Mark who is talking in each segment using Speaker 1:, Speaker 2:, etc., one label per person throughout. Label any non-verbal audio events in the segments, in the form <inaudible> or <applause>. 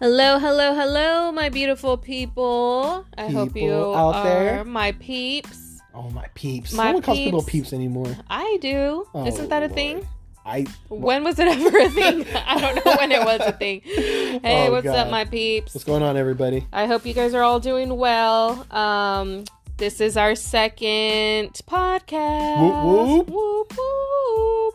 Speaker 1: Hello, hello, hello, my beautiful people. I hope you
Speaker 2: People out
Speaker 1: are
Speaker 2: there.
Speaker 1: my peeps.
Speaker 2: Oh my peeps!
Speaker 1: My
Speaker 2: no one calls people
Speaker 1: peeps.
Speaker 2: peeps anymore.
Speaker 1: I do.
Speaker 2: Oh,
Speaker 1: Isn't that a
Speaker 2: Lord.
Speaker 1: thing?
Speaker 2: I
Speaker 1: When was it <laughs> ever a thing? I don't know when it was
Speaker 2: <laughs>
Speaker 1: a thing. Hey,
Speaker 2: Oh,
Speaker 1: what's up,
Speaker 2: God.
Speaker 1: my peeps?
Speaker 2: what's going on, everybody?
Speaker 1: I hope you guys are all doing well. Um, this is our second podcast.
Speaker 2: Whoop, whoop.
Speaker 1: Whoop, whoop.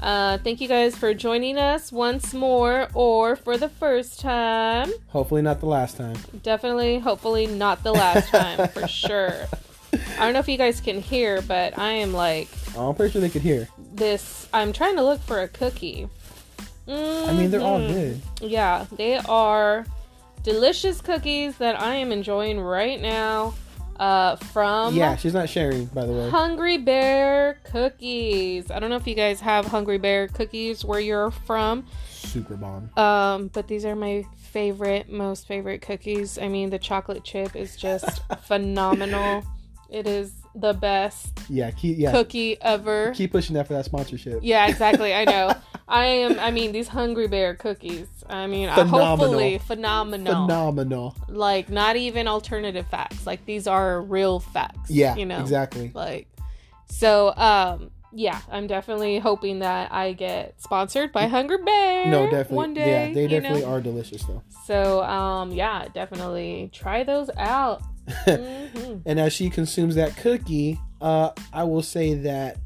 Speaker 1: Uh, thank you guys for joining us once more or for the first time.
Speaker 2: Hopefully not the last time.
Speaker 1: Definitely, hopefully, not the
Speaker 2: <laughs>
Speaker 1: last time for sure. I don't know if you guys can hear, but I am like
Speaker 2: Oh, I'm pretty sure they could hear.
Speaker 1: this. I'm trying to look for a cookie.
Speaker 2: I mean, they're all
Speaker 1: Mhm.
Speaker 2: good.
Speaker 1: Yeah, they are delicious cookies that I am enjoying right now uh, from
Speaker 2: yeah, she's not sharing, by the way.
Speaker 1: Hungry Bear Cookies. I don't know if you guys have Hungry Bear Cookies where you're from,
Speaker 2: Super bomb.
Speaker 1: um, but these are my favorite, most favorite cookies. I mean, the chocolate chip is
Speaker 2: <laughs>
Speaker 1: just phenomenal. It is the best
Speaker 2: Yeah, keep yeah,
Speaker 1: cookie ever.
Speaker 2: Uh, keep pushing that for that sponsorship.
Speaker 1: Yeah, exactly. I know. I am. I mean, these Hungry Bear cookies. I mean, I-
Speaker 2: Phenomenal.
Speaker 1: hopefully, phenomenal.
Speaker 2: Phenomenal.
Speaker 1: Like, not even alternative facts. Like, these are real facts.
Speaker 2: Yeah,
Speaker 1: you know,
Speaker 2: exactly.
Speaker 1: like. So, um, yeah, I'm definitely hoping that I get sponsored by Hungry Bear.
Speaker 2: No, definitely.
Speaker 1: eh, One day,
Speaker 2: yeah, they
Speaker 1: you
Speaker 2: definitely
Speaker 1: know?
Speaker 2: are delicious though.
Speaker 1: So, um, yeah, definitely try those
Speaker 2: <laughs>
Speaker 1: out. Mhm.
Speaker 2: And as she consumes that cookie, uh, I will say that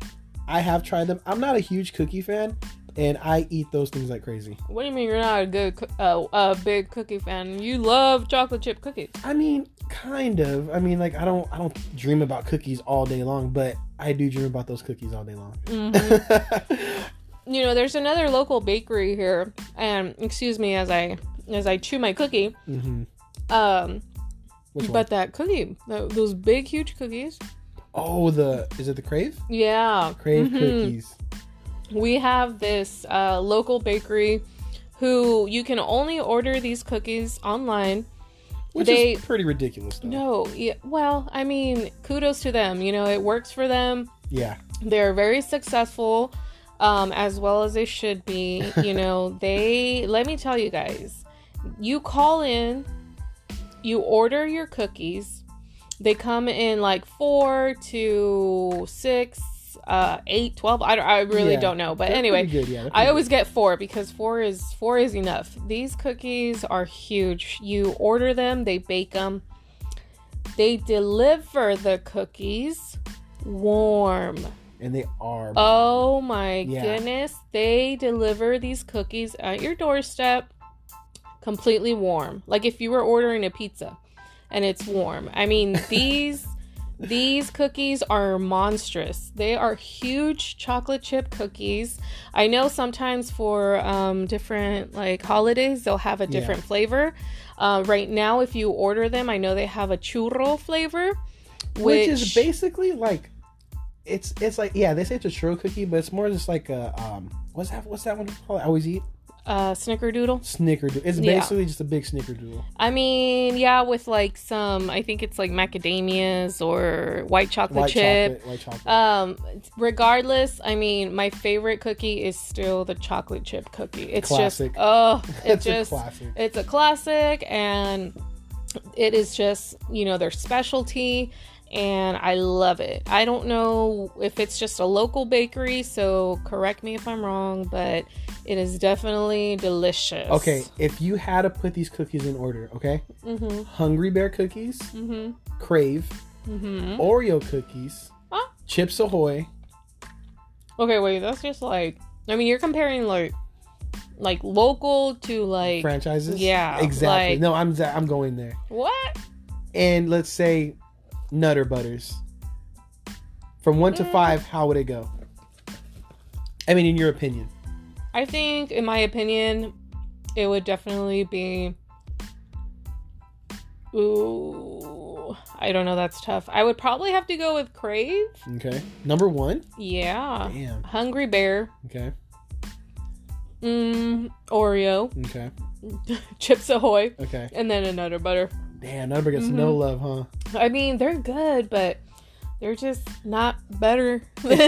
Speaker 2: I have tried them. I'm not a huge cookie fan, and I eat those things like crazy.
Speaker 1: What do you mean you're not a good, coo- uh, a big cookie fan? You love chocolate chip cookies.
Speaker 2: I mean, kind of. I mean, like I don't I don't dream about cookies all day long, but I do dream about those cookies all day long.
Speaker 1: Mhm.
Speaker 2: <laughs>
Speaker 1: you know there's another local bakery here and excuse me as i as i chew my cookie
Speaker 2: hmm
Speaker 1: um
Speaker 2: Which one?
Speaker 1: but that cookie tho- those big huge cookies
Speaker 2: Oh, the is it the crave?
Speaker 1: yeah
Speaker 2: Crave
Speaker 1: Mhm.
Speaker 2: cookies.
Speaker 1: we have this uh, local bakery who you can only order these cookies online
Speaker 2: Which
Speaker 1: They-
Speaker 2: is pretty ridiculous though.
Speaker 1: no yeah, well i mean kudos to them you know it works for them
Speaker 2: Yeah.
Speaker 1: they're very successful um, as well as they should be
Speaker 2: <laughs>
Speaker 1: you know they let me tell you guys you call in you order your cookies they come in like four to six uh eight twelve i, don't- I really
Speaker 2: Yeah.
Speaker 1: don't know but
Speaker 2: They're
Speaker 1: anyway
Speaker 2: pretty good, yeah. they're
Speaker 1: I
Speaker 2: pretty
Speaker 1: always get four because four is four is enough. These cookies are huge. You order them, they bake them, they deliver the cookies warm.
Speaker 2: good. and they are
Speaker 1: Oh my
Speaker 2: Yeah.
Speaker 1: goodness, they deliver these cookies at your doorstep completely warm. Like if you were ordering a pizza and it's warm. I
Speaker 2: <laughs>
Speaker 1: mean, these these cookies are monstrous. They are huge chocolate chip cookies. I know sometimes for um, different like holidays they'll have a
Speaker 2: Yeah.
Speaker 1: different flavor. Uh, right now, if you order them, I know they have a churro flavor,
Speaker 2: which, is basically like it's it's like yeah, they say it's a churro cookie, but it's more just like a um what's that what's that one called? I always eat
Speaker 1: uh, snickerdoodle.
Speaker 2: snickerdoodle. It's
Speaker 1: Yeah.
Speaker 2: basically just a big snickerdoodle.
Speaker 1: I mean, yeah, with like some, I think it's like macadamias or white chocolate
Speaker 2: White
Speaker 1: chip.
Speaker 2: chocolate, white chocolate.
Speaker 1: Um, regardless, I mean, my favorite cookie is still the chocolate chip cookie. It's
Speaker 2: Classic.
Speaker 1: just,
Speaker 2: <laughs>
Speaker 1: oh, it
Speaker 2: It's a
Speaker 1: just,
Speaker 2: classic.
Speaker 1: it's a classic and it is just, you know, their specialty and I love it. I don't know if it's just a local bakery, so correct me if I'm wrong, but it is definitely delicious.
Speaker 2: Okay, if you had to put these cookies in order, okay?
Speaker 1: Mm-hmm.
Speaker 2: Hungry Bear cookies,
Speaker 1: Mm-hmm.
Speaker 2: Crave,
Speaker 1: Mm-hmm.
Speaker 2: Oreo cookies,
Speaker 1: Huh?
Speaker 2: Chips Ahoy.
Speaker 1: Okay, wait, that's just like I mean you're comparing like like local to like
Speaker 2: franchises.
Speaker 1: yeah,
Speaker 2: exactly.
Speaker 1: like-
Speaker 2: no, I'm za- I'm going there.
Speaker 1: what?
Speaker 2: And let's say Nutter Butters. From one to
Speaker 1: Mm.
Speaker 2: five, how would it go? I mean, in your opinion,
Speaker 1: I think in my opinion it would definitely be Ooh, I don't know, that's tough. I would probably have to go with Crave.
Speaker 2: okay. Number one,
Speaker 1: Yeah.
Speaker 2: damn.
Speaker 1: Hungry Bear.
Speaker 2: Okay,
Speaker 1: Mm, Oreo. <laughs>
Speaker 2: okay,
Speaker 1: Chips Ahoy.
Speaker 2: okay.
Speaker 1: And then another butter.
Speaker 2: Damn, Nutter Butter gets no
Speaker 1: Mm-hmm.
Speaker 2: love, huh?
Speaker 1: I mean, <laughs> they're good, but they're just not better than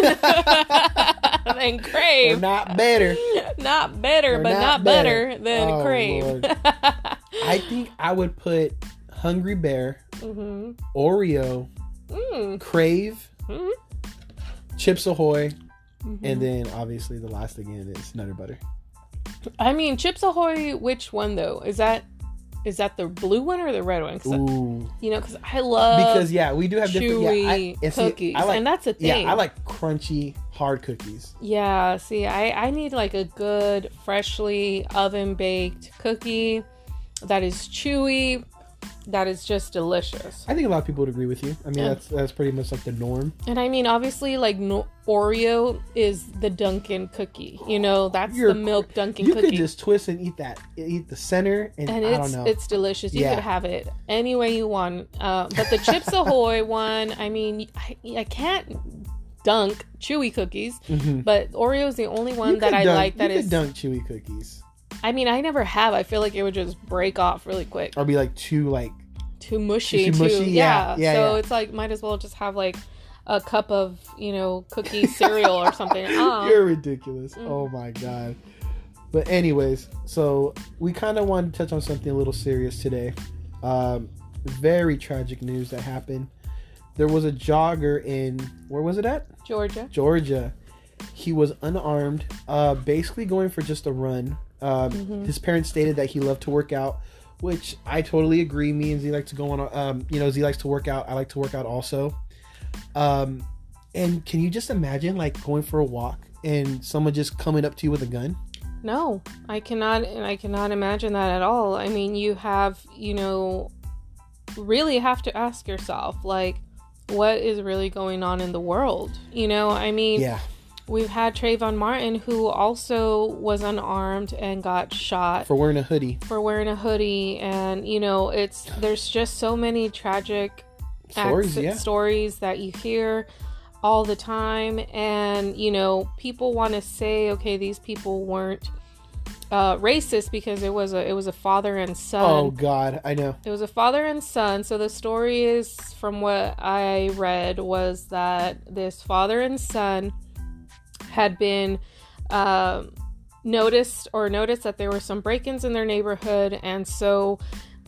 Speaker 1: than
Speaker 2: They're
Speaker 1: Crave.
Speaker 2: not better.
Speaker 1: <laughs> Not better,
Speaker 2: They're
Speaker 1: but
Speaker 2: not
Speaker 1: not,
Speaker 2: better.
Speaker 1: better, than
Speaker 2: Oh,
Speaker 1: Crave. <laughs>
Speaker 2: Lord. I think I would put Hungry Bear,
Speaker 1: Mhm.
Speaker 2: Oreo, Mm-hmm.
Speaker 1: Mm.
Speaker 2: Crave,
Speaker 1: Mhm.
Speaker 2: Chips Ahoy,
Speaker 1: Mhm.
Speaker 2: and then obviously the last thing in is Nutter Butter.
Speaker 1: I mean, Chips Ahoy. Which one though? Is that is that the blue one or the red one? 'Cause I-
Speaker 2: Ooh,
Speaker 1: you know, because I love
Speaker 2: because yeah, we do have different.
Speaker 1: uh, chewy
Speaker 2: Yeah, I, and see,
Speaker 1: cookies,
Speaker 2: I like,
Speaker 1: and that's a
Speaker 2: yeah,
Speaker 1: thing.
Speaker 2: I like crunchy hard cookies.
Speaker 1: Yeah, see, I, I need like a good, freshly oven baked cookie that is chewy, that is just delicious.
Speaker 2: I think a lot of people would agree with you. I mean,
Speaker 1: Yeah.
Speaker 2: that's that's pretty much like the norm.
Speaker 1: And I mean, obviously, like no, Oreo is the Dunkin' cookie. You know, that's
Speaker 2: You're-
Speaker 1: the milk Dunkin'
Speaker 2: You
Speaker 1: cookie.
Speaker 2: could just twist and eat that, eat the center, and,
Speaker 1: and
Speaker 2: I don't
Speaker 1: it's
Speaker 2: know.
Speaker 1: it's delicious. You
Speaker 2: Yeah.
Speaker 1: could have it any way you want. Uh, but the Chips
Speaker 2: <laughs>
Speaker 1: Ahoy one, I mean, I, I can't dunk chewy cookies,
Speaker 2: Mhm.
Speaker 1: but Oreo is the only one
Speaker 2: You
Speaker 1: that
Speaker 2: could
Speaker 1: I
Speaker 2: dunk-
Speaker 1: like that
Speaker 2: you
Speaker 1: is
Speaker 2: could dunk chewy cookies,
Speaker 1: I mean, I never have. I feel like it would just break off really quick.
Speaker 2: or be like too like
Speaker 1: Too mushy,
Speaker 2: Uh, Too
Speaker 1: too.
Speaker 2: mushy, yeah,
Speaker 1: Yeah.
Speaker 2: yeah,
Speaker 1: So
Speaker 2: yeah.
Speaker 1: it's like might as well just have like a cup of you know
Speaker 2: <laughs>
Speaker 1: cookie cereal or something. Um,
Speaker 2: You're ridiculous.
Speaker 1: Mm.
Speaker 2: Oh my god. But anyways, so we kind of wanted to touch on something a little serious today. Um, very tragic news that happened. There was a jogger in where was it at?
Speaker 1: Georgia.
Speaker 2: Georgia. He was unarmed, uh, basically going for just a run. Um,
Speaker 1: Mhm.
Speaker 2: His parents stated that he loved to work out, which I totally agree. Me and Z like to go on. a- Um, you know, Z likes to work out. I like to work out also. Um, and can you just imagine like going for a walk and someone just coming up to you with a gun?
Speaker 1: No, I cannot. And I cannot imagine that at all. I mean, you have you know really have to ask yourself like what is really going on in the world. You know, I mean,
Speaker 2: Yeah,
Speaker 1: we've had Trayvon Martin who also was unarmed and got shot.
Speaker 2: for wearing a hoodie.
Speaker 1: for wearing a hoodie and you know it's there's just so many tragic
Speaker 2: Stories,
Speaker 1: acci-
Speaker 2: yeah.
Speaker 1: stories that you hear all the time and you know people want to say okay these people weren't uh, racist because it was a it was a father and son
Speaker 2: Oh God, I know.
Speaker 1: it was a father and son. So the story is, from what I read, was that this father and son had been um noticed or noticed that there were some break-ins in their neighborhood, and so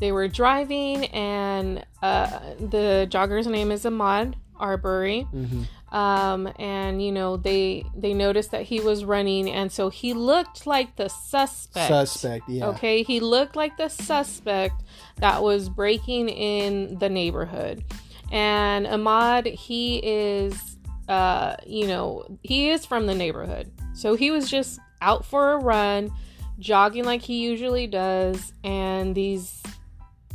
Speaker 1: they were driving, and uh, the jogger's name is Ahmad Arbery
Speaker 2: Mm-hmm.
Speaker 1: um, and you know they they noticed that he was running, and so he looked like the suspect.
Speaker 2: Suspect. Yeah.
Speaker 1: Okay, he looked like the suspect that was breaking in the neighborhood. And Ahmad, he is, uh, you know, he is from the neighborhood. So he was just out for a run, jogging like he usually does. And these,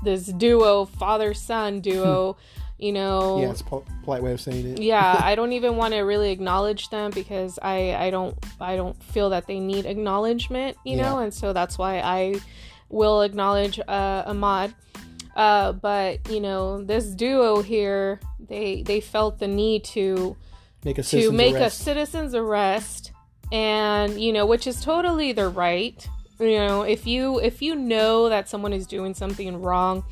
Speaker 1: this duo, father son duo, you know,
Speaker 2: Yeah, it's a pol- polite way of saying it.
Speaker 1: yeah i don't even want to really acknowledge them because i i don't i don't feel that they need acknowledgement you know and so that's why i will acknowledge uh ahmad uh but you know this duo here they they felt the need to
Speaker 2: Make a
Speaker 1: to
Speaker 2: citizen's
Speaker 1: make
Speaker 2: arrest.
Speaker 1: a citizen's arrest and you know which is totally their right you know if you if you know that someone is doing something wrong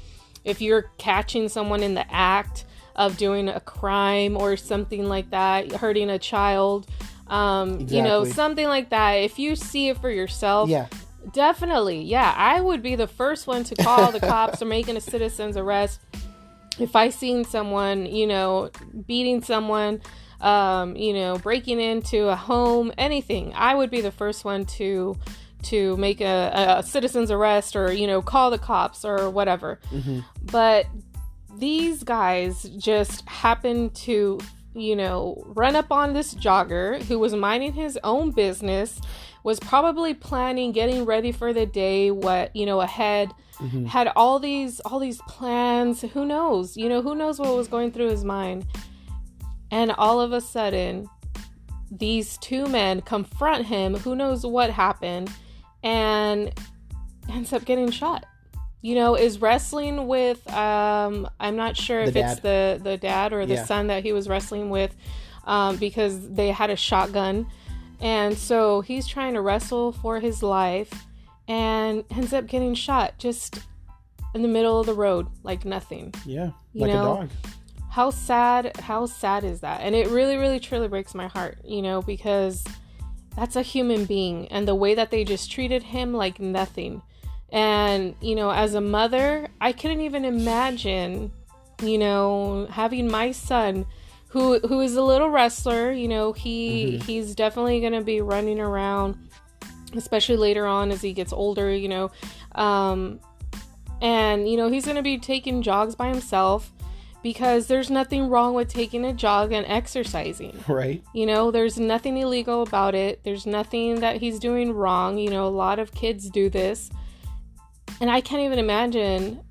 Speaker 1: if you're catching someone in the act of doing a crime or something like that hurting a child um you know
Speaker 2: Exactly.
Speaker 1: something like that if you see it for yourself
Speaker 2: yeah,
Speaker 1: Definitely, yeah. I would be the first one to call the cops or making a citizen's arrest if I seen someone, you know, beating someone, um, you know, breaking into a home, anything. I would be the first one to to make a, a citizen's arrest or you know call the cops or whatever.
Speaker 2: Mhm.
Speaker 1: But these guys just happened to you know run up on this jogger who was minding his own business was probably planning getting ready for the day what you know ahead
Speaker 2: Mhm.
Speaker 1: had all these all these plans who knows you know who knows what was going through his mind and all of a sudden these two men confront him who knows what happened and ends up getting shot you know is wrestling with um i'm not sure
Speaker 2: The
Speaker 1: if it's the the dad or the
Speaker 2: Yeah.
Speaker 1: son that he was wrestling with um because they had a shotgun and so he's trying to wrestle for his life and ends up getting shot just in the middle of the road like nothing
Speaker 2: yeah,
Speaker 1: You
Speaker 2: like a
Speaker 1: know,
Speaker 2: dog.
Speaker 1: how sad how sad is that and it really really truly breaks my heart you know because that's a human being and the way that they just treated him like nothing and you know as a mother i couldn't even imagine you know having my son who who is a little wrestler you know he
Speaker 2: Mhm.
Speaker 1: he's definitely going to be running around especially later on as he gets older you know um and you know he's going to be taking jogs by himself because there's nothing wrong with taking a jog and exercising
Speaker 2: <laughs> right?
Speaker 1: you know, there's nothing illegal about it. There's nothing that he's doing wrong. You know, a lot of kids do this. And I can't even imagine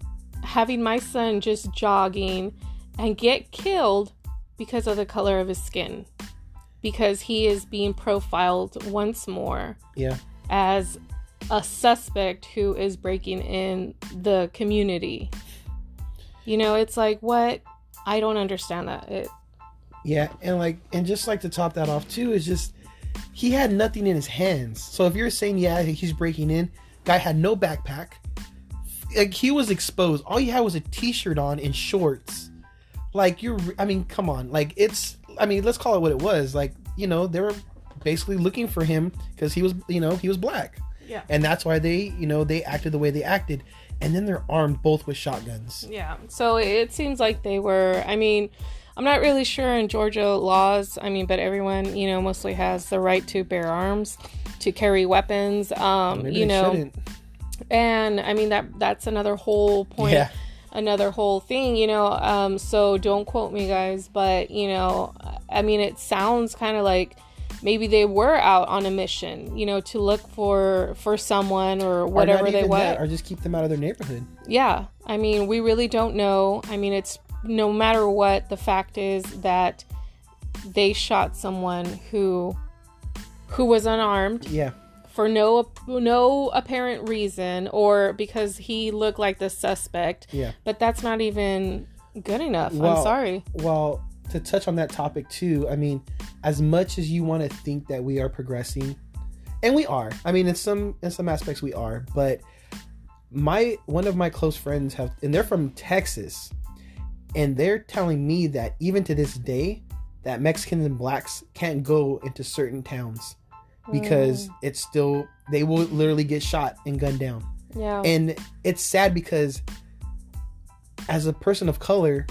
Speaker 1: having my son just jogging and get killed because of the color of his skin. Because he is being profiled once more
Speaker 2: Yeah.
Speaker 1: as a suspect who is breaking in the community. You know, it's like, what? I don't understand that. It,
Speaker 2: Yeah, and like and just like to top that off too is just he had nothing in his hands. So if you're saying yeah, he's breaking in, guy had no backpack. Like he was exposed. All he had was a t-shirt on and shorts. Like you're I mean, come on. Like it's I mean, let's call it what it was. Like, you know, they were basically looking for him cuz he was, you know, he was black.
Speaker 1: yeah.
Speaker 2: And that's why they, you know, they acted the way they acted. And then they're armed both with shotguns.
Speaker 1: Yeah. So it seems like they were. I mean, I'm not really sure in Georgia laws. I mean, but everyone, you know, mostly has the right to bear arms, to carry weapons. Um, you
Speaker 2: Maybe they
Speaker 1: know,
Speaker 2: shouldn't.
Speaker 1: and I mean that that's another whole point.
Speaker 2: Yeah.
Speaker 1: Another whole thing, you know. Um, so don't quote me, guys, but you know, I mean, it sounds kind of like maybe they were out on a mission, you know, to look for for someone or
Speaker 2: Or not
Speaker 1: whatever they
Speaker 2: even
Speaker 1: were.
Speaker 2: that, or just keep them out of their neighborhood.
Speaker 1: yeah i mean we really don't know i mean it's no matter what the fact is that they shot someone who who was unarmed
Speaker 2: Yeah.
Speaker 1: for no no apparent reason or because he looked like the suspect
Speaker 2: Yeah.
Speaker 1: but that's not even good enough i'm
Speaker 2: Well-
Speaker 1: sorry
Speaker 2: well to touch on that topic too i mean as much as you want to think that we are progressing and we are i mean in some in some aspects we are but my one of my close friends have and they're from texas and they're telling me that even to this day that mexicans and blacks can't go into certain towns because it's still they will literally get shot and gunned down
Speaker 1: Mm, yeah
Speaker 2: and it's sad because as a person of color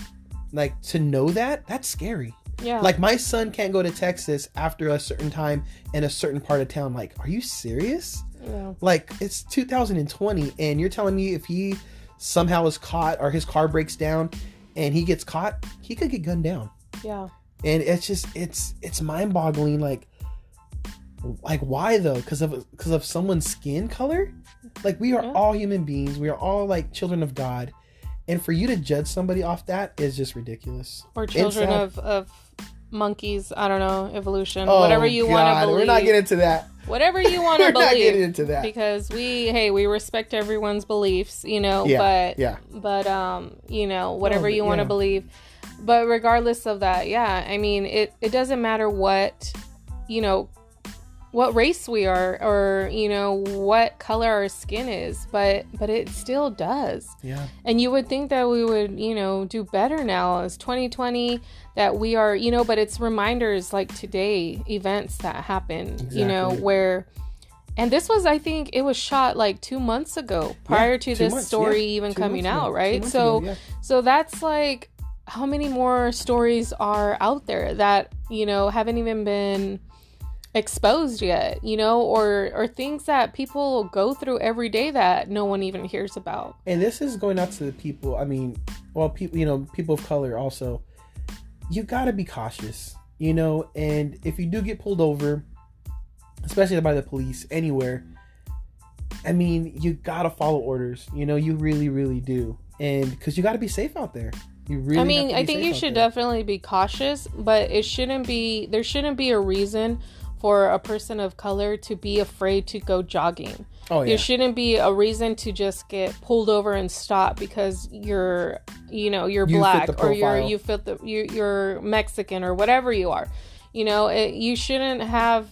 Speaker 2: like to know that that's scary
Speaker 1: yeah
Speaker 2: like my son can't go to texas after a certain time in a certain part of town like are you serious
Speaker 1: yeah,
Speaker 2: like it's 2020 and you're telling me if he somehow is caught or his car breaks down and he gets caught he could get gunned down
Speaker 1: yeah.
Speaker 2: and it's just it's it's mind-boggling like like why though because of because of someone's skin color like we are
Speaker 1: Yeah.
Speaker 2: all human beings we are all like children of god and for you to judge somebody off that is just ridiculous
Speaker 1: or children
Speaker 2: Inside-
Speaker 1: of of monkeys i don't know evolution
Speaker 2: Oh,
Speaker 1: whatever you want to
Speaker 2: God,
Speaker 1: believe
Speaker 2: we're not getting
Speaker 1: <laughs>
Speaker 2: into that
Speaker 1: whatever
Speaker 2: <laughs>
Speaker 1: you want
Speaker 2: we're
Speaker 1: to
Speaker 2: not
Speaker 1: believe
Speaker 2: getting into that
Speaker 1: because we hey we respect everyone's beliefs you know
Speaker 2: Yeah,
Speaker 1: but
Speaker 2: yeah
Speaker 1: but um you know whatever
Speaker 2: but
Speaker 1: you want to
Speaker 2: yeah.
Speaker 1: believe but regardless of that yeah i mean it it doesn't matter what you know what race we are or you know what color our skin is but but it still does
Speaker 2: yeah
Speaker 1: and you would think that we would, you know, do better now as 2020, that we are, you know, but it's reminders like today, events that happen, you know,
Speaker 2: Exactly.
Speaker 1: where, and this was, I think it was shot like two months ago prior
Speaker 2: Yeah,
Speaker 1: to
Speaker 2: two
Speaker 1: this
Speaker 2: months,
Speaker 1: story
Speaker 2: yeah,
Speaker 1: even
Speaker 2: two
Speaker 1: coming
Speaker 2: months ago,
Speaker 1: out,
Speaker 2: two
Speaker 1: right?
Speaker 2: months
Speaker 1: So,
Speaker 2: ago, yeah.
Speaker 1: so that's like how many more stories are out there that, you know, haven't even been exposed yet, you know, or or things that people go through every day that no one even hears about.
Speaker 2: and this is going out to the people i mean well people you know people of color also you got to be cautious you know and if you do get pulled over especially by the police anywhere i mean you got to follow orders you know you really really do and because you got to be safe out there you really
Speaker 1: I
Speaker 2: have
Speaker 1: mean,
Speaker 2: to
Speaker 1: I
Speaker 2: be
Speaker 1: think
Speaker 2: safe
Speaker 1: you
Speaker 2: out
Speaker 1: should
Speaker 2: there.
Speaker 1: definitely be cautious, but it shouldn't be there shouldn't be a reason for a person of color to be afraid to go jogging.
Speaker 2: oh yeah
Speaker 1: There shouldn't be a reason to just get pulled over and stop because you're, you know, you're
Speaker 2: You fit
Speaker 1: black
Speaker 2: the
Speaker 1: or you're
Speaker 2: profile.
Speaker 1: you fit the you, you're Mexican or whatever you are. You know, it, you shouldn't have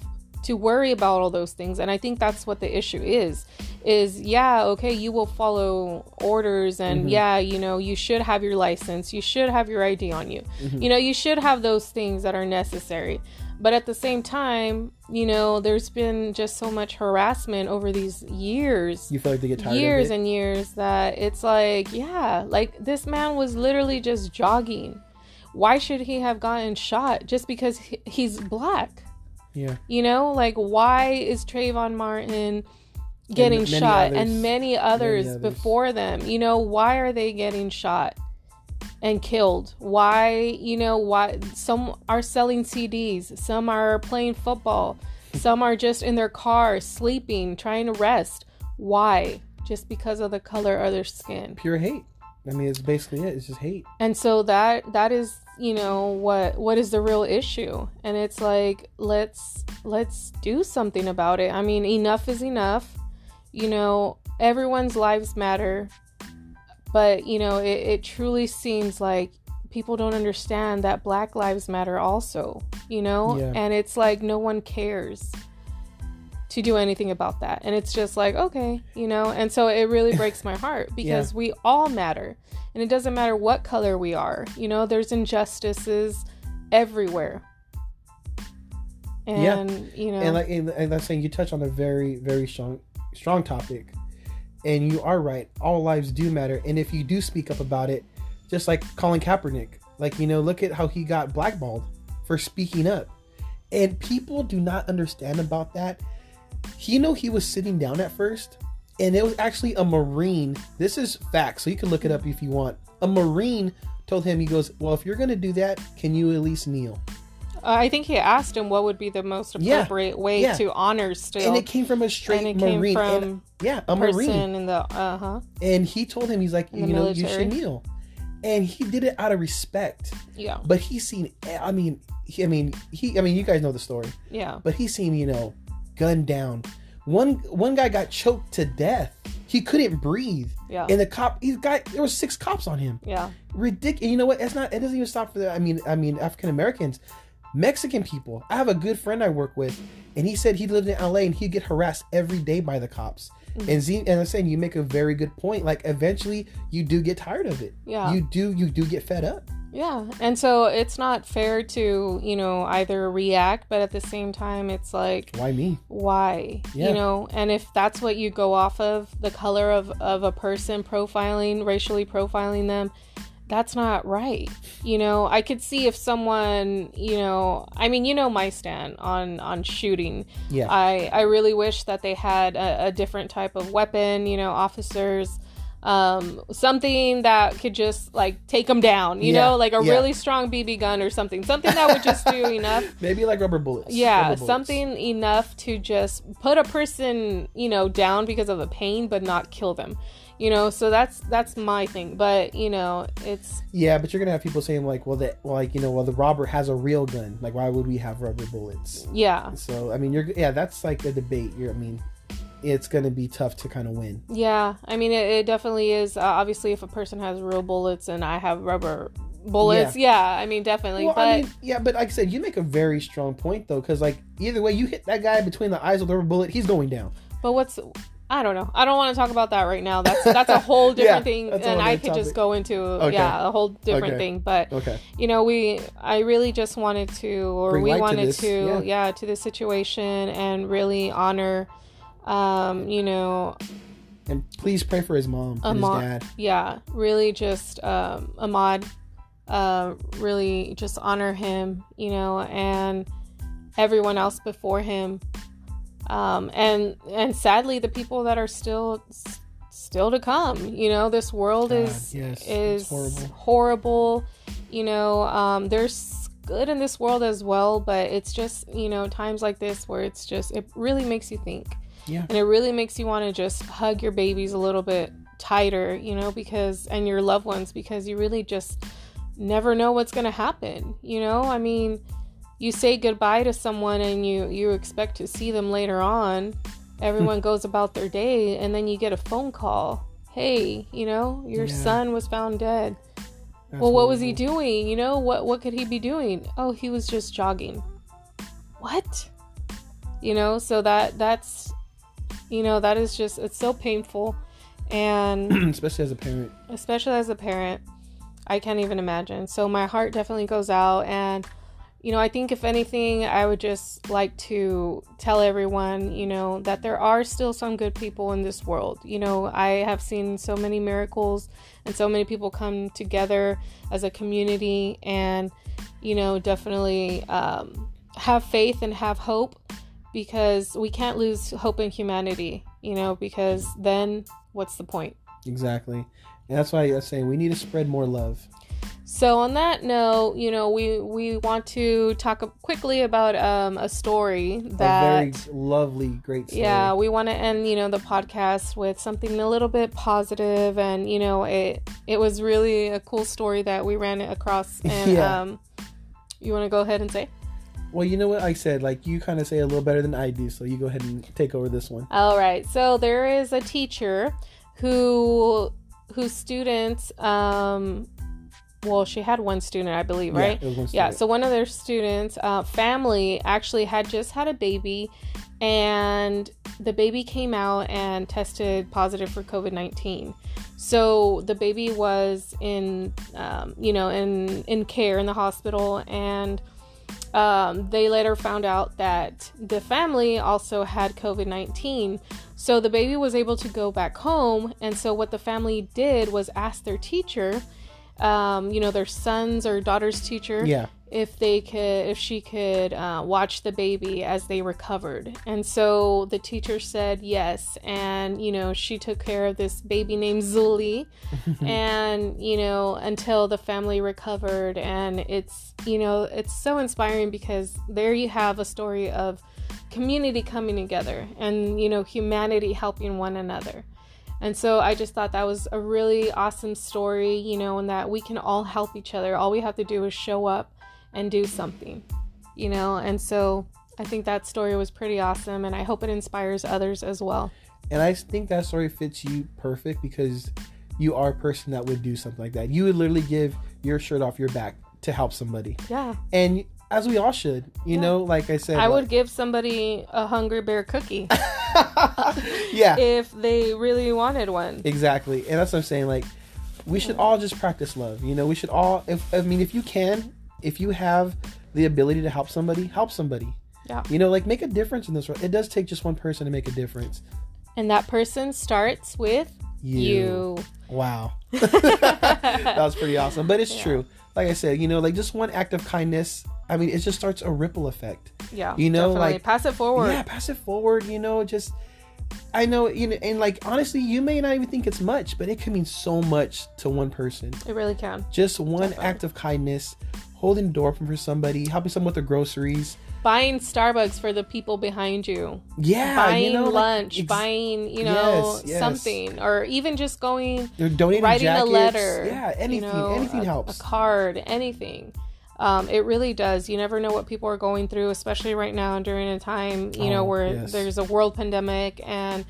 Speaker 1: to worry about all those things and i think that's what the issue is is yeah okay you will follow orders and
Speaker 2: Mhm.
Speaker 1: yeah you know you should have your license you should have your id on you
Speaker 2: Mhm.
Speaker 1: you know you should have those things that are necessary but at the same time you know there's been just so much harassment over these years
Speaker 2: You feel like they get tired
Speaker 1: years
Speaker 2: of it.
Speaker 1: and years that it's like, yeah, like this man was literally just jogging. Why should he have gotten shot just because he- he's black?
Speaker 2: yeah,
Speaker 1: You know, like why is Trayvon Martin getting
Speaker 2: many
Speaker 1: shot
Speaker 2: others.
Speaker 1: and many others,
Speaker 2: others.
Speaker 1: before them? You know, why are they getting shot and killed? Why, you know, why some are selling CDs, some are playing
Speaker 2: <laughs>
Speaker 1: football, some are just in their car sleeping, trying to rest. Why? Just because of the color of their skin.
Speaker 2: pure hate. I mean, it's basically it. It's just hate.
Speaker 1: And so that that is, you know, what what is the real issue? And it's like let's let's do something about it. I mean, enough is enough. You know, everyone's lives matter. But, you know, it, it truly seems like people don't understand that black lives matter also, you know?
Speaker 2: Yeah.
Speaker 1: And it's like no one cares to do anything about that. And it's just like, okay, you know? And so it
Speaker 2: <laughs>
Speaker 1: really breaks my heart because we all matter. And it doesn't matter what color we are. You know, there's injustices everywhere.
Speaker 2: Yeah.
Speaker 1: And, you know,
Speaker 2: And like, and, and that's saying you touch on a very, very strong, strong topic. And you are right. All lives do matter. And if you do speak up about it, just like Colin Kaepernick, like you know, look at how he got blackballed for speaking up. And people do not understand about that. He know he was sitting down at first, and it was actually a Marine. This is fact, so you can look it up if you want. A Marine told him, he goes, "Well, if you're gonna do that, can you at least kneel?"
Speaker 1: Uh, I think he asked him what would be the most
Speaker 2: Yeah.
Speaker 1: appropriate way
Speaker 2: Yeah.
Speaker 1: to honor still.
Speaker 2: And it came from a straight
Speaker 1: And it came
Speaker 2: Marine. and-
Speaker 1: from
Speaker 2: yeah, a
Speaker 1: person
Speaker 2: Marine.
Speaker 1: in the uh huh.
Speaker 2: and he told him he's like
Speaker 1: In
Speaker 2: you
Speaker 1: the
Speaker 2: know you
Speaker 1: military.
Speaker 2: should kneel and he did it out of respect
Speaker 1: Yeah.
Speaker 2: but he seen i mean he, i mean he i mean you guys know the story
Speaker 1: Yeah.
Speaker 2: but he seen you know gunned down one one guy got choked to death he couldn't breathe
Speaker 1: Yeah.
Speaker 2: and the cop he's got there were six cops on him
Speaker 1: yeah.
Speaker 2: ridiculous you know what it's not it doesn't even stop for that i mean i mean african americans mexican people i have a good friend i work with and he said he lived in la and he'd get harassed every day by the cops
Speaker 1: Mm.
Speaker 2: and Z, and i'm saying you make a very good point like eventually you do get tired of it
Speaker 1: Yeah.
Speaker 2: you do you do get fed up
Speaker 1: Yeah. And so it's not fair to, you know, either react, but at the same time, it's like,
Speaker 2: why me
Speaker 1: why?
Speaker 2: Yeah.
Speaker 1: You know, and if that's what you go off of, the color of, of a person profiling, racially profiling them, that's not right. You know, I could see if someone, you know, I mean, you know my stand on on shooting.
Speaker 2: yeah
Speaker 1: I, I really wish that they had a, a different type of weapon, you know, officers, um, something that could just like take them down, you
Speaker 2: Yeah,
Speaker 1: know, like a
Speaker 2: yeah.
Speaker 1: really strong BB gun or something, something that would just
Speaker 2: <laughs>
Speaker 1: do enough.
Speaker 2: maybe like rubber bullets
Speaker 1: Yeah,
Speaker 2: rubber bullets.
Speaker 1: something enough to just put a person, you know, down because of the pain, but not kill them. You know, so that's that's my thing. But you know, it's
Speaker 2: yeah but you're gonna have people saying like well that well, like you know well the robber has a real gun like why would we have rubber bullets
Speaker 1: yeah,
Speaker 2: so i mean you're yeah that's like a debate you're i mean it's gonna be tough to kind of win
Speaker 1: Yeah, I mean it, it definitely is. Uh, obviously, if a person has real bullets and I have rubber bullets, yeah, I mean definitely.
Speaker 2: Well,
Speaker 1: but
Speaker 2: I mean, yeah, but like I said, you make a very strong point though, because like either way, you hit that guy between the eyes with a rubber bullet, he's going down.
Speaker 1: but what's I don't know. I don't want to talk about that right now. That's that's a whole different
Speaker 2: <laughs> Yeah,
Speaker 1: thing,
Speaker 2: that's a whole
Speaker 1: and I
Speaker 2: other
Speaker 1: could just
Speaker 2: topic.
Speaker 1: go into
Speaker 2: Okay.
Speaker 1: yeah a whole different
Speaker 2: Okay.
Speaker 1: thing. But
Speaker 2: Okay.
Speaker 1: you know, we I really just wanted to, or
Speaker 2: Bring
Speaker 1: we
Speaker 2: light to
Speaker 1: wanted
Speaker 2: this,
Speaker 1: to,
Speaker 2: yeah.
Speaker 1: yeah. to this situation and really honor, um, you know,
Speaker 2: And please pray for his mom and
Speaker 1: Ahmad-
Speaker 2: his dad.
Speaker 1: yeah, really just um, Ahmad, uh, really just honor him, you know, and everyone else before him, um, and and sadly the people that are still s- still to come, you know, this world
Speaker 2: God,
Speaker 1: is
Speaker 2: yes, it's
Speaker 1: is
Speaker 2: horrible.
Speaker 1: horrible. you know. Um, there's good in this world as well, but it's just you know times like this where it's just it really makes you think.
Speaker 2: Yeah.
Speaker 1: And it really makes you want to just hug your babies a little bit tighter, you know, because and your loved ones because you really just never know what's going to happen, you know? I mean, you say goodbye to someone and you you expect to see them later on. Everyone
Speaker 2: Hmm.
Speaker 1: goes about their day and then you get a phone call. Hey, you know, your
Speaker 2: Yeah.
Speaker 1: son was found dead.
Speaker 2: That's
Speaker 1: well, what was he
Speaker 2: horrible.
Speaker 1: doing? You know, what what could he be doing? Oh, he was just jogging. What? you know so that that's you know that is just it's so painful and
Speaker 2: <clears throat> especially as a parent.
Speaker 1: especially as a parent i can't even imagine so my heart definitely goes out and you know i think if anything i would just like to tell everyone you know that there are still some good people in this world you know i have seen so many miracles and so many people come together as a community and you know definitely um, have faith and have hope because we can't lose hope in humanity you know because then what's the point
Speaker 2: Exactly. And that's why I was saying we need to spread more love.
Speaker 1: So on that note, you know, we we want to talk quickly about um, a story
Speaker 2: a
Speaker 1: that
Speaker 2: very lovely, great story.
Speaker 1: yeah, we want to end you know the podcast with something a little bit positive, and you know it it was really a cool story that we ran
Speaker 2: <laughs>
Speaker 1: across, and
Speaker 2: Yeah.
Speaker 1: um, you want to go ahead and say.
Speaker 2: Well, you know what I said. Like you kind of say a little better than I do, so you go ahead and take over this one.
Speaker 1: All right. So there is a teacher who whose students um well, she had one student, I believe, right?
Speaker 2: Yeah. It was one
Speaker 1: Yeah,
Speaker 2: story.
Speaker 1: so one of their students' uh, family actually had just had a baby, and the baby came out and tested positive for COVID 19. So the baby was in, um, you know, in, in care in the hospital, and um, they later found out that the family also had COVID 19. So the baby was able to go back home, and so what the family did was ask their teacher, um, you know, their son's or daughter's teacher,
Speaker 2: Yeah.
Speaker 1: if they could if she could uh, watch the baby as they recovered and so the teacher said yes and you know she took care of this baby named zuli and you know until the family recovered and it's you know it's so inspiring because there you have a story of community coming together and you know humanity helping one another and so I just thought that was a really awesome story, you know, and that we can all help each other. All we have to do is show up and do something, you know. And so I think that story was pretty awesome, and I hope it inspires others as well.
Speaker 2: And I think that story fits you perfect because you are a person that would do something like that. You would literally give your shirt off your back to help somebody.
Speaker 1: Yeah.
Speaker 2: And as we all should, you
Speaker 1: Yeah.
Speaker 2: know, like I said,
Speaker 1: I
Speaker 2: like-
Speaker 1: would give somebody a Hungry Bear
Speaker 2: <laughs>
Speaker 1: cookie
Speaker 2: yeah,
Speaker 1: if they really wanted one.
Speaker 2: exactly. And that's what I'm saying. Like, we should all just practice love. You know, we should all. If I mean, if you can, if you have the ability to help somebody, help somebody.
Speaker 1: Yeah.
Speaker 2: You know, like make a difference in this world. It does take just one person to make a difference.
Speaker 1: And that person starts with you. <laughs>
Speaker 2: Wow. <laughs> that was pretty awesome. But it's
Speaker 1: Yeah.
Speaker 2: true. Like I said, you know, like just one act of kindness, I mean, it just starts a ripple effect.
Speaker 1: Yeah.
Speaker 2: You know,
Speaker 1: definitely.
Speaker 2: like-
Speaker 1: pass it forward.
Speaker 2: Yeah, pass it forward, you know, just I know, you know, and like honestly, you may not even think it's much, but it can mean so much to one person.
Speaker 1: It really can.
Speaker 2: Just one
Speaker 1: Definitely.
Speaker 2: act of kindness, holding the door open for somebody, helping someone with their groceries.
Speaker 1: Buying Starbucks for the people behind you.
Speaker 2: Yeah,
Speaker 1: buying
Speaker 2: you know, like,
Speaker 1: lunch,
Speaker 2: ex-
Speaker 1: buying, you know,
Speaker 2: Yes, yes.
Speaker 1: something, or even just going,
Speaker 2: they're donating
Speaker 1: writing
Speaker 2: jackets.
Speaker 1: a letter.
Speaker 2: Yeah,
Speaker 1: you
Speaker 2: anything,
Speaker 1: know,
Speaker 2: anything
Speaker 1: a-
Speaker 2: helps.
Speaker 1: A card, anything. Um, it really does. You never know what people are going through, especially right now during a time, you
Speaker 2: Oh,
Speaker 1: know, where
Speaker 2: yes.
Speaker 1: there's a world pandemic and,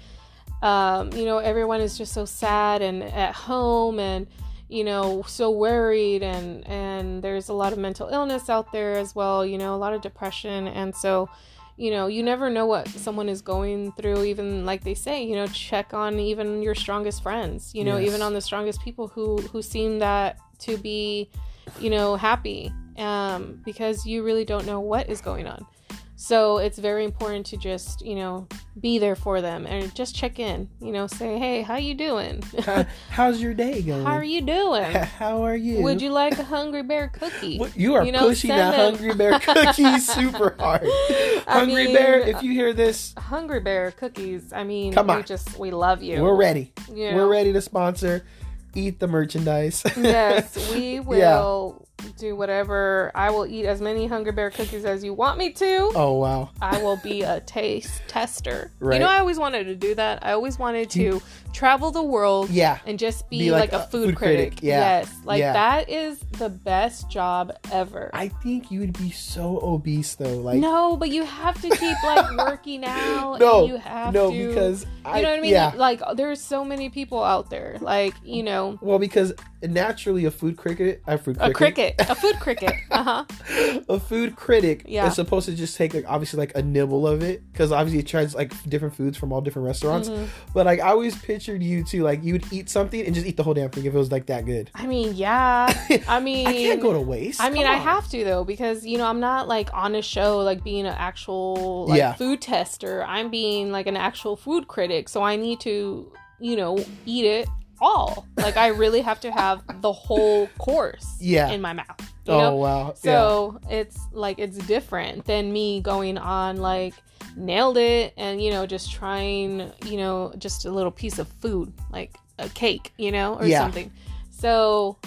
Speaker 1: um, you know, everyone is just so sad and at home and, you know, so worried and and there's a lot of mental illness out there as well, you know, a lot of depression and so you know, you never know what someone is going through, even like they say, you know, check on even your strongest friends, you know,
Speaker 2: Yes.
Speaker 1: even on the strongest people who who seem that to be, you know, happy. Um, because you really don't know what is going on. So it's very important to just, you know, be there for them and just check in, you know, say, Hey, how you doing? <laughs>
Speaker 2: How- <laughs> How's your day going?
Speaker 1: how are you doing?
Speaker 2: <laughs> How are you?
Speaker 1: Would you like a hungry bear cookie?
Speaker 2: What- You are
Speaker 1: You know,
Speaker 2: pushing
Speaker 1: send
Speaker 2: that
Speaker 1: them- <laughs>
Speaker 2: Hungry Bear cookie super hard.
Speaker 1: I
Speaker 2: Hungry
Speaker 1: mean,
Speaker 2: Bear, if you hear this,
Speaker 1: Hungry Bear cookies. I mean,
Speaker 2: Come
Speaker 1: we
Speaker 2: on.
Speaker 1: just we love you.
Speaker 2: we're ready.
Speaker 1: You know?
Speaker 2: We're ready to sponsor. Eat the merchandise. <laughs>
Speaker 1: yes, we
Speaker 2: Yeah.
Speaker 1: will do whatever. I will eat as many Hunger Bear cookies as you want me to.
Speaker 2: Oh wow.
Speaker 1: I will be a taste tester.
Speaker 2: Right. Mm.
Speaker 1: You know, I always wanted to do that. I always wanted to travel the world
Speaker 2: Yeah.
Speaker 1: and just be,
Speaker 2: Be
Speaker 1: like,
Speaker 2: like
Speaker 1: a
Speaker 2: a
Speaker 1: food,
Speaker 2: food
Speaker 1: critic.
Speaker 2: critic. Yeah.
Speaker 1: Yes, like
Speaker 2: Yeah.
Speaker 1: that is the best job ever.
Speaker 2: I think you would be so obese though. Like
Speaker 1: no, but you have to keep
Speaker 2: <laughs>
Speaker 1: like working out.
Speaker 2: no,
Speaker 1: and you have
Speaker 2: no,
Speaker 1: to.
Speaker 2: because I,
Speaker 1: you know what I mean.
Speaker 2: Yeah.
Speaker 1: Like there's so many people out there. Like you know,
Speaker 2: Well, because And naturally, a food cricket, a food
Speaker 1: A
Speaker 2: cricket,
Speaker 1: cricket, a food
Speaker 2: <laughs>
Speaker 1: cricket. Uh huh.
Speaker 2: a food critic
Speaker 1: Yeah.
Speaker 2: is supposed to just take like obviously like a nibble of it because obviously it tries like different foods from all different restaurants.
Speaker 1: Mm-hmm.
Speaker 2: But like I always pictured you too, like you would eat something and just eat the whole damn thing if it was like that good.
Speaker 1: I mean, yeah. I mean,
Speaker 2: <laughs> I can't go to waste.
Speaker 1: I mean,
Speaker 2: Come
Speaker 1: I
Speaker 2: on.
Speaker 1: have to though because you know I'm not like on a show like being an actual like
Speaker 2: Yeah.
Speaker 1: food tester. I'm being like an actual food critic, so I need to you know eat it all. Like I really have to have the whole course
Speaker 2: Yeah.
Speaker 1: in my mouth. You
Speaker 2: Oh
Speaker 1: know?
Speaker 2: wow. yeah.
Speaker 1: So it's like it's different than me going on like nailed it and you know just trying you know just a little piece of food like a cake you know or
Speaker 2: Yeah.
Speaker 1: something. So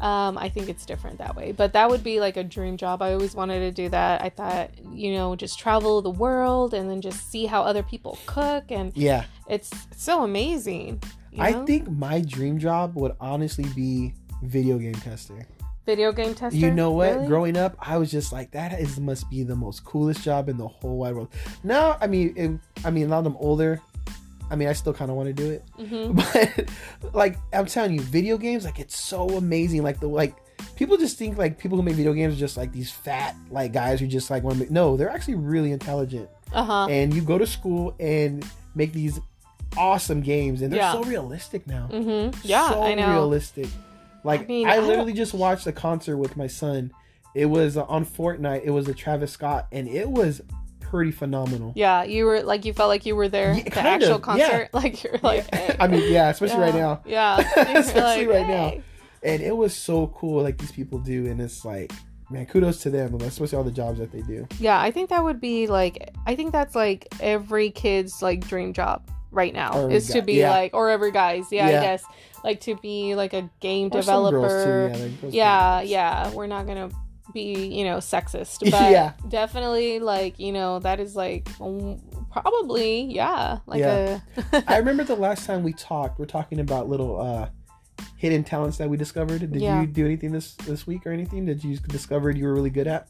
Speaker 1: um, I think it's different that way. But that would be like a dream job. I always wanted to do that. I thought you know just travel the world and then just see how other people cook and
Speaker 2: Yeah.
Speaker 1: it's so amazing. you
Speaker 2: I
Speaker 1: know?
Speaker 2: think my dream job would honestly be video game tester.
Speaker 1: video game tester.
Speaker 2: You know what?
Speaker 1: Really?
Speaker 2: Growing up, I was just like, that is must be the most coolest job in the whole wide world. Now, I mean, it, I mean, now that I'm older, I mean, I still kind of want to do it,
Speaker 1: Mhm.
Speaker 2: <laughs> but like I'm telling you, video games, like it's so amazing. Like the like people just think like people who make video games are just like these fat like guys who just like want to make. No, they're actually really intelligent,
Speaker 1: Uh huh.
Speaker 2: and you go to school and make these awesome games, and they're
Speaker 1: Yeah.
Speaker 2: so realistic now
Speaker 1: Mhm. Yeah,
Speaker 2: so
Speaker 1: I know.
Speaker 2: realistic. Like I,
Speaker 1: I mean, I don't-
Speaker 2: literally just watched a concert with my son. It was uh, on Fortnite. It was a Travis Scott, and it was pretty phenomenal.
Speaker 1: Yeah, you were like you felt like you were there
Speaker 2: Yeah,
Speaker 1: at the
Speaker 2: kind
Speaker 1: actual
Speaker 2: of, yeah.
Speaker 1: concert. <laughs> Like you're like hey.
Speaker 2: <laughs> I mean, yeah, especially right
Speaker 1: Yeah,
Speaker 2: now,
Speaker 1: <laughs>
Speaker 2: <laughs>
Speaker 1: Yeah. You're
Speaker 2: Especially right now.
Speaker 1: hey.
Speaker 2: and it was so cool. Like these people do, and it's like, man, kudos to them, especially all the jobs that they do.
Speaker 1: Yeah, I think that would be like I think that's like every kid's like dream job right now
Speaker 2: Or
Speaker 1: is to
Speaker 2: guy-
Speaker 1: be
Speaker 2: yeah.
Speaker 1: like or every guy's, yeah,
Speaker 2: Yeah.
Speaker 1: I guess. Like to be like a game
Speaker 2: Or some girls,
Speaker 1: developer.
Speaker 2: too, like, girls
Speaker 1: yeah,
Speaker 2: <laughs> do.
Speaker 1: yeah. We're not gonna be, you know,
Speaker 2: <laughs>
Speaker 1: sexist. But
Speaker 2: Yeah.
Speaker 1: definitely like, you know, that is like mm, probably, yeah. Like
Speaker 2: Yeah.
Speaker 1: a
Speaker 2: I remember the last time we talked, we're talking about little uh, hidden talents that we discovered. Did
Speaker 1: Yeah.
Speaker 2: you do anything this this week or anything? Did you discover you were really good at?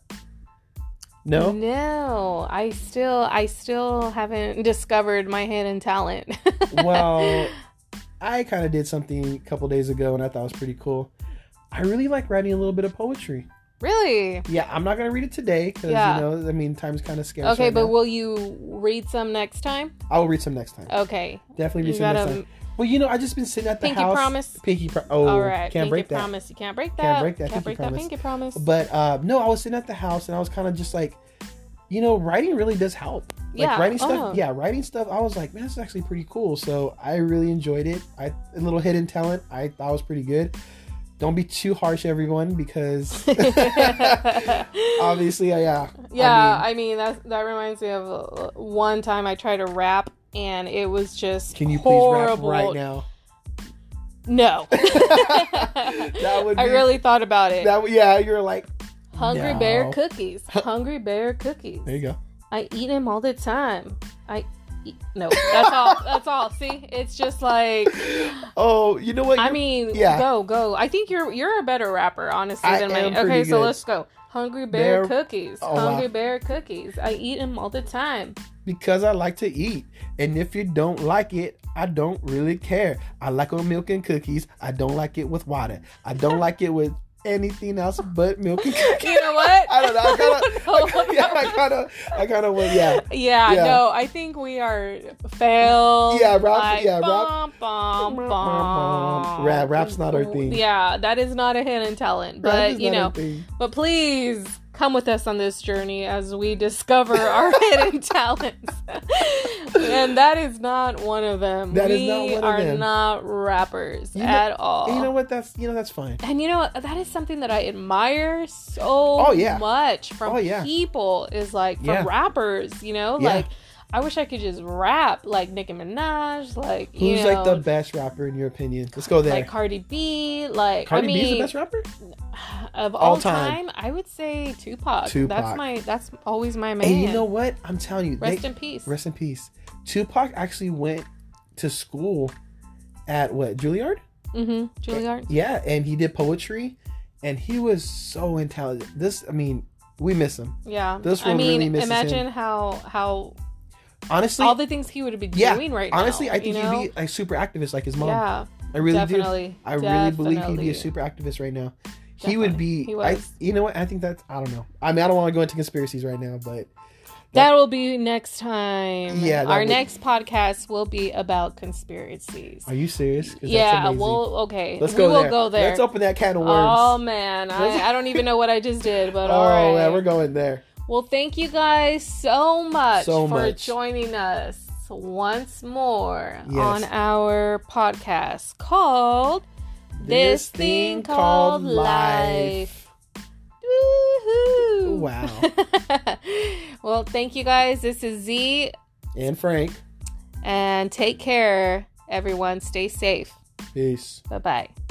Speaker 2: No.
Speaker 1: No, I still I still haven't discovered my hidden talent. <laughs>
Speaker 2: well, I kind of did something a couple days ago and I thought was pretty cool. I really like writing a little bit of poetry.
Speaker 1: really?
Speaker 2: Yeah, I'm not gonna read it today because
Speaker 1: Yeah.
Speaker 2: you know, I mean, time's kind of scarce.
Speaker 1: Okay,
Speaker 2: right
Speaker 1: but
Speaker 2: now.
Speaker 1: will you read some next time?
Speaker 2: I will read some next time.
Speaker 1: Okay.
Speaker 2: Definitely
Speaker 1: Oh,
Speaker 2: read
Speaker 1: You
Speaker 2: some next
Speaker 1: gotta
Speaker 2: time. Well, you know, I just been sitting at the
Speaker 1: Pinky
Speaker 2: house.
Speaker 1: promise?
Speaker 2: Pinky promise. Oh,
Speaker 1: all right.
Speaker 2: can't
Speaker 1: pinky
Speaker 2: break that.
Speaker 1: promise. You can't break that.
Speaker 2: Can't break that pinky
Speaker 1: Can't break that
Speaker 2: promise.
Speaker 1: pinky promise.
Speaker 2: But uh, no, I was sitting at the house and I was kind of just like, you know, writing really does help. Like
Speaker 1: Yeah,
Speaker 2: writing stuff.
Speaker 1: oh.
Speaker 2: Yeah, writing stuff. I was like, man, this is actually pretty cool. So I really enjoyed it. I a little hidden talent. I thought was pretty good. Don't be too harsh,
Speaker 1: <laughs>
Speaker 2: everyone, because <laughs> obviously, uh, yeah,
Speaker 1: yeah, I mean, that's, that reminds me of uh, one time I tried to rap and it was just
Speaker 2: Can you
Speaker 1: horrible.
Speaker 2: please rap right now?
Speaker 1: No. <laughs>
Speaker 2: <laughs> That would
Speaker 1: I
Speaker 2: be-
Speaker 1: really thought about it.
Speaker 2: That yeah, you're like,
Speaker 1: Hungry
Speaker 2: No.
Speaker 1: Bear cookies. Hungry Bear cookies.
Speaker 2: there you go.
Speaker 1: I eat them all the time. I eat. No, that's all. That's all. See, it's just like
Speaker 2: Oh, you know what?
Speaker 1: I
Speaker 2: You're-
Speaker 1: mean,
Speaker 2: yeah.
Speaker 1: go go. I think you're you're a better rapper, honestly,
Speaker 2: I
Speaker 1: than
Speaker 2: am
Speaker 1: me.
Speaker 2: pretty
Speaker 1: Okay, so
Speaker 2: good.
Speaker 1: let's go. Hungry Bear,
Speaker 2: Bear-
Speaker 1: cookies.
Speaker 2: Oh, wow.
Speaker 1: Hungry Bear cookies. I eat them all the
Speaker 2: <laughs>
Speaker 1: time.
Speaker 2: because I like to eat, and if you don't like it, I don't really care. I like it with milk and cookies. I don't like it with water. I don't like it with anything else but milk and <laughs> cookies.
Speaker 1: You know what?
Speaker 2: I don't know. I kinda-
Speaker 1: <laughs> I
Speaker 2: I
Speaker 1: don't know.
Speaker 2: kinda, <laughs> yeah, I kind of, I kind of went, yeah.
Speaker 1: Yeah,
Speaker 2: Yeah.
Speaker 1: no, I think we are failed.
Speaker 2: Yeah, rap-
Speaker 1: Like,
Speaker 2: yeah, rap-
Speaker 1: bum, bum,
Speaker 2: Bum, bum,
Speaker 1: bum.
Speaker 2: bum. Rap- rap's not our thing.
Speaker 1: Yeah, that is not a hidden talent,
Speaker 2: That
Speaker 1: but
Speaker 2: is
Speaker 1: you
Speaker 2: not a
Speaker 1: know,
Speaker 2: thing.
Speaker 1: but please come with us on this journey as we discover <laughs> our hidden talents. <laughs> and that is not one of them.
Speaker 2: That
Speaker 1: we
Speaker 2: is not one of
Speaker 1: are
Speaker 2: them.
Speaker 1: not rappers
Speaker 2: You know-
Speaker 1: at all.
Speaker 2: And you know what? That's you know that's fine.
Speaker 1: And you know what? That is something that I admire so
Speaker 2: Oh, yeah.
Speaker 1: much from
Speaker 2: Oh, yeah.
Speaker 1: people is like from
Speaker 2: Yeah.
Speaker 1: rappers, you know?
Speaker 2: Yeah.
Speaker 1: Like I wish I could just rap like Nicki Minaj, like you
Speaker 2: Who's
Speaker 1: know,
Speaker 2: like the best rapper in your opinion? Let's go there.
Speaker 1: like Cardi B, like I
Speaker 2: Cardi
Speaker 1: mean,
Speaker 2: B is the best rapper.
Speaker 1: of all,
Speaker 2: All
Speaker 1: time,
Speaker 2: time.
Speaker 1: I would say Tupac. That's
Speaker 2: Tupac.
Speaker 1: my that's always my man.
Speaker 2: And you know what? I'm telling you, they-
Speaker 1: Rest in peace.
Speaker 2: rest in peace. Tupac actually went to school at what Juilliard?
Speaker 1: mm-hmm. Juilliard.
Speaker 2: Yeah, and he did poetry, and he was so intelligent. This, I mean, we miss him.
Speaker 1: Yeah.
Speaker 2: This
Speaker 1: I
Speaker 2: one
Speaker 1: mean,
Speaker 2: really misses him.
Speaker 1: imagine how how
Speaker 2: Honestly,
Speaker 1: all the things he would be
Speaker 2: Yeah,
Speaker 1: doing right now.
Speaker 2: honestly, I think
Speaker 1: you know?
Speaker 2: he'd be like super activist like his mom.
Speaker 1: Yeah.
Speaker 2: I really do.
Speaker 1: definitely.
Speaker 2: I really believe he'd
Speaker 1: definitely.
Speaker 2: be a super activist right now. He would
Speaker 1: Definitely.
Speaker 2: be.
Speaker 1: He
Speaker 2: I,
Speaker 1: was.
Speaker 2: you know what? I think that's. I don't know. I mean, I don't want to go into conspiracies right now, but
Speaker 1: That will be next time.
Speaker 2: Yeah, that
Speaker 1: Our
Speaker 2: would-
Speaker 1: next podcast will be about conspiracies.
Speaker 2: are you serious? 'Cause that's
Speaker 1: Yeah,
Speaker 2: amazing.
Speaker 1: we'll okay.
Speaker 2: Let's
Speaker 1: we
Speaker 2: go
Speaker 1: will
Speaker 2: there.
Speaker 1: go there.
Speaker 2: Let's open that can of worms.
Speaker 1: oh man, I, I don't even know what I just did, but all
Speaker 2: <laughs> oh
Speaker 1: right.
Speaker 2: man, we're going there.
Speaker 1: Well, thank you guys so much
Speaker 2: So
Speaker 1: for
Speaker 2: much.
Speaker 1: joining us once more
Speaker 2: Yes.
Speaker 1: on our podcast called This Thing Called Life. Woohoo! Wow. <laughs> well, thank you guys. This is Z,
Speaker 2: And Frank.
Speaker 1: and take care, everyone. Stay safe.
Speaker 2: Peace.
Speaker 1: Bye bye.